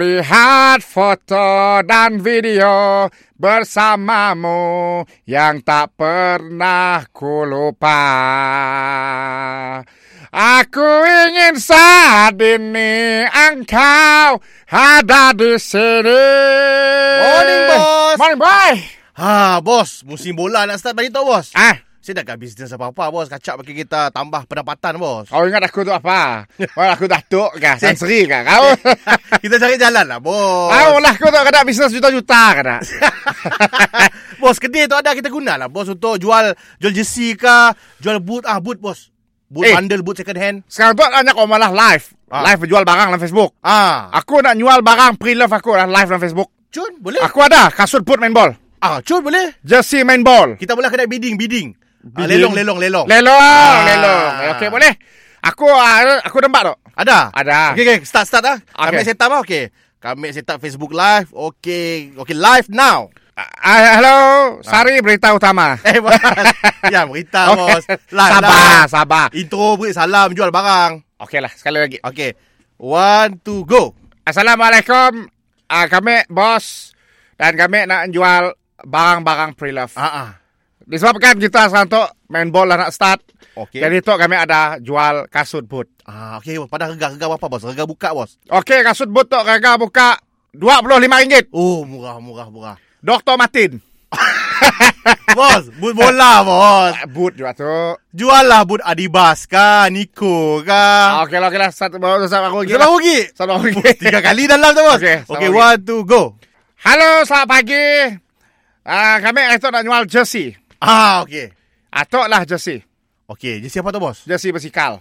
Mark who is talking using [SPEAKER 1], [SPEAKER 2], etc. [SPEAKER 1] Kulihat foto dan video bersamamu yang tak pernah ku lupa. Aku ingin saat ini engkau ada di sini.
[SPEAKER 2] Morning, bos.
[SPEAKER 1] Morning, boy.
[SPEAKER 2] Ha, bos. Musim bola nak start balik tau, bos.
[SPEAKER 1] Ah,
[SPEAKER 2] Saya dah kat bisnes apa-apa, bos. Kacak bagi kita tambah pendapatan, bos.
[SPEAKER 1] kau ingat aku tu apa? Wah, aku datuk kah? Sansri kah? Kau?
[SPEAKER 2] kita cari jalan lah, bos.
[SPEAKER 1] Tahu lah kau tak kena bisnes juta-juta kena.
[SPEAKER 2] bos, kedai tu ada kita guna lah, bos. Untuk jual jual jersey ke, jual boot. Ah, boot, bos. Boot
[SPEAKER 1] Eh.
[SPEAKER 2] bundle, boot second hand.
[SPEAKER 1] Sekarang tu banyak orang malah live.
[SPEAKER 2] Ah.
[SPEAKER 1] Live jual barang dalam Facebook.
[SPEAKER 2] Ah,
[SPEAKER 1] Aku nak jual barang pre-love aku lah live dalam Facebook.
[SPEAKER 2] cun, boleh?
[SPEAKER 1] Aku ada kasut put main ball.
[SPEAKER 2] Ah, cun, boleh?
[SPEAKER 1] Jersey main ball.
[SPEAKER 2] Kita boleh kedai bidding, bidding. Ah,
[SPEAKER 1] Bidding.
[SPEAKER 2] lelong, lelong, lelong.
[SPEAKER 1] Lelong,
[SPEAKER 2] Ah.
[SPEAKER 1] lelong. Okey boleh. Aku ah, aku dempak tu.
[SPEAKER 2] Ada?
[SPEAKER 1] Ada.
[SPEAKER 2] Okay, okay. Start, start lah. Kami
[SPEAKER 1] Okay.
[SPEAKER 2] set up lah, okay. Kami set up Facebook Live. Okay, okay, live now.
[SPEAKER 1] Ah, hello, Sari berita utama.
[SPEAKER 2] Eh, Lah, bos. ya, berita,
[SPEAKER 1] Okey.
[SPEAKER 2] bos. Live,
[SPEAKER 1] sabar,
[SPEAKER 2] live.
[SPEAKER 1] sabar.
[SPEAKER 2] Intro, beri salam, jual barang.
[SPEAKER 1] Okey lah, sekali lagi.
[SPEAKER 2] Okay. One, two, go.
[SPEAKER 1] Assalamualaikum. Ah, kami bos dan kami nak jual barang-barang pre-love.
[SPEAKER 2] Ah, ah.
[SPEAKER 1] Disebabkan kita sekarang tu main bola nak start.
[SPEAKER 2] Okay.
[SPEAKER 1] Jadi tu kami ada jual kasut boot.
[SPEAKER 2] ah, okay. bos. Pada harga, harga berapa, bos? Harga buka, bos.
[SPEAKER 1] Okey, kasut boot tu harga buka RM25.
[SPEAKER 2] Oh, murah, murah, murah.
[SPEAKER 1] Dr. Martin.
[SPEAKER 2] bos, boot bola, bos.
[SPEAKER 1] Ah, Boot juga tu.
[SPEAKER 2] Jual lah boot Adibas ka, Nico
[SPEAKER 1] Ah,
[SPEAKER 2] ka.
[SPEAKER 1] Okey lah, okey lah. Satu baru tu sama aku lagi.
[SPEAKER 2] Kita baru pergi.
[SPEAKER 1] Satu baru lagi.
[SPEAKER 2] Tiga kali dalam tu, bos.
[SPEAKER 1] Okey,
[SPEAKER 2] Okay,
[SPEAKER 1] sama
[SPEAKER 2] okay
[SPEAKER 1] lagi.
[SPEAKER 2] one, two, go.
[SPEAKER 1] Halo, selamat pagi. Ah, kami hari tu nak jual jersey.
[SPEAKER 2] Ah, okay.
[SPEAKER 1] Atok lah jersey.
[SPEAKER 2] Okay, jadi siapa tu, bos?
[SPEAKER 1] Jersey bersikal.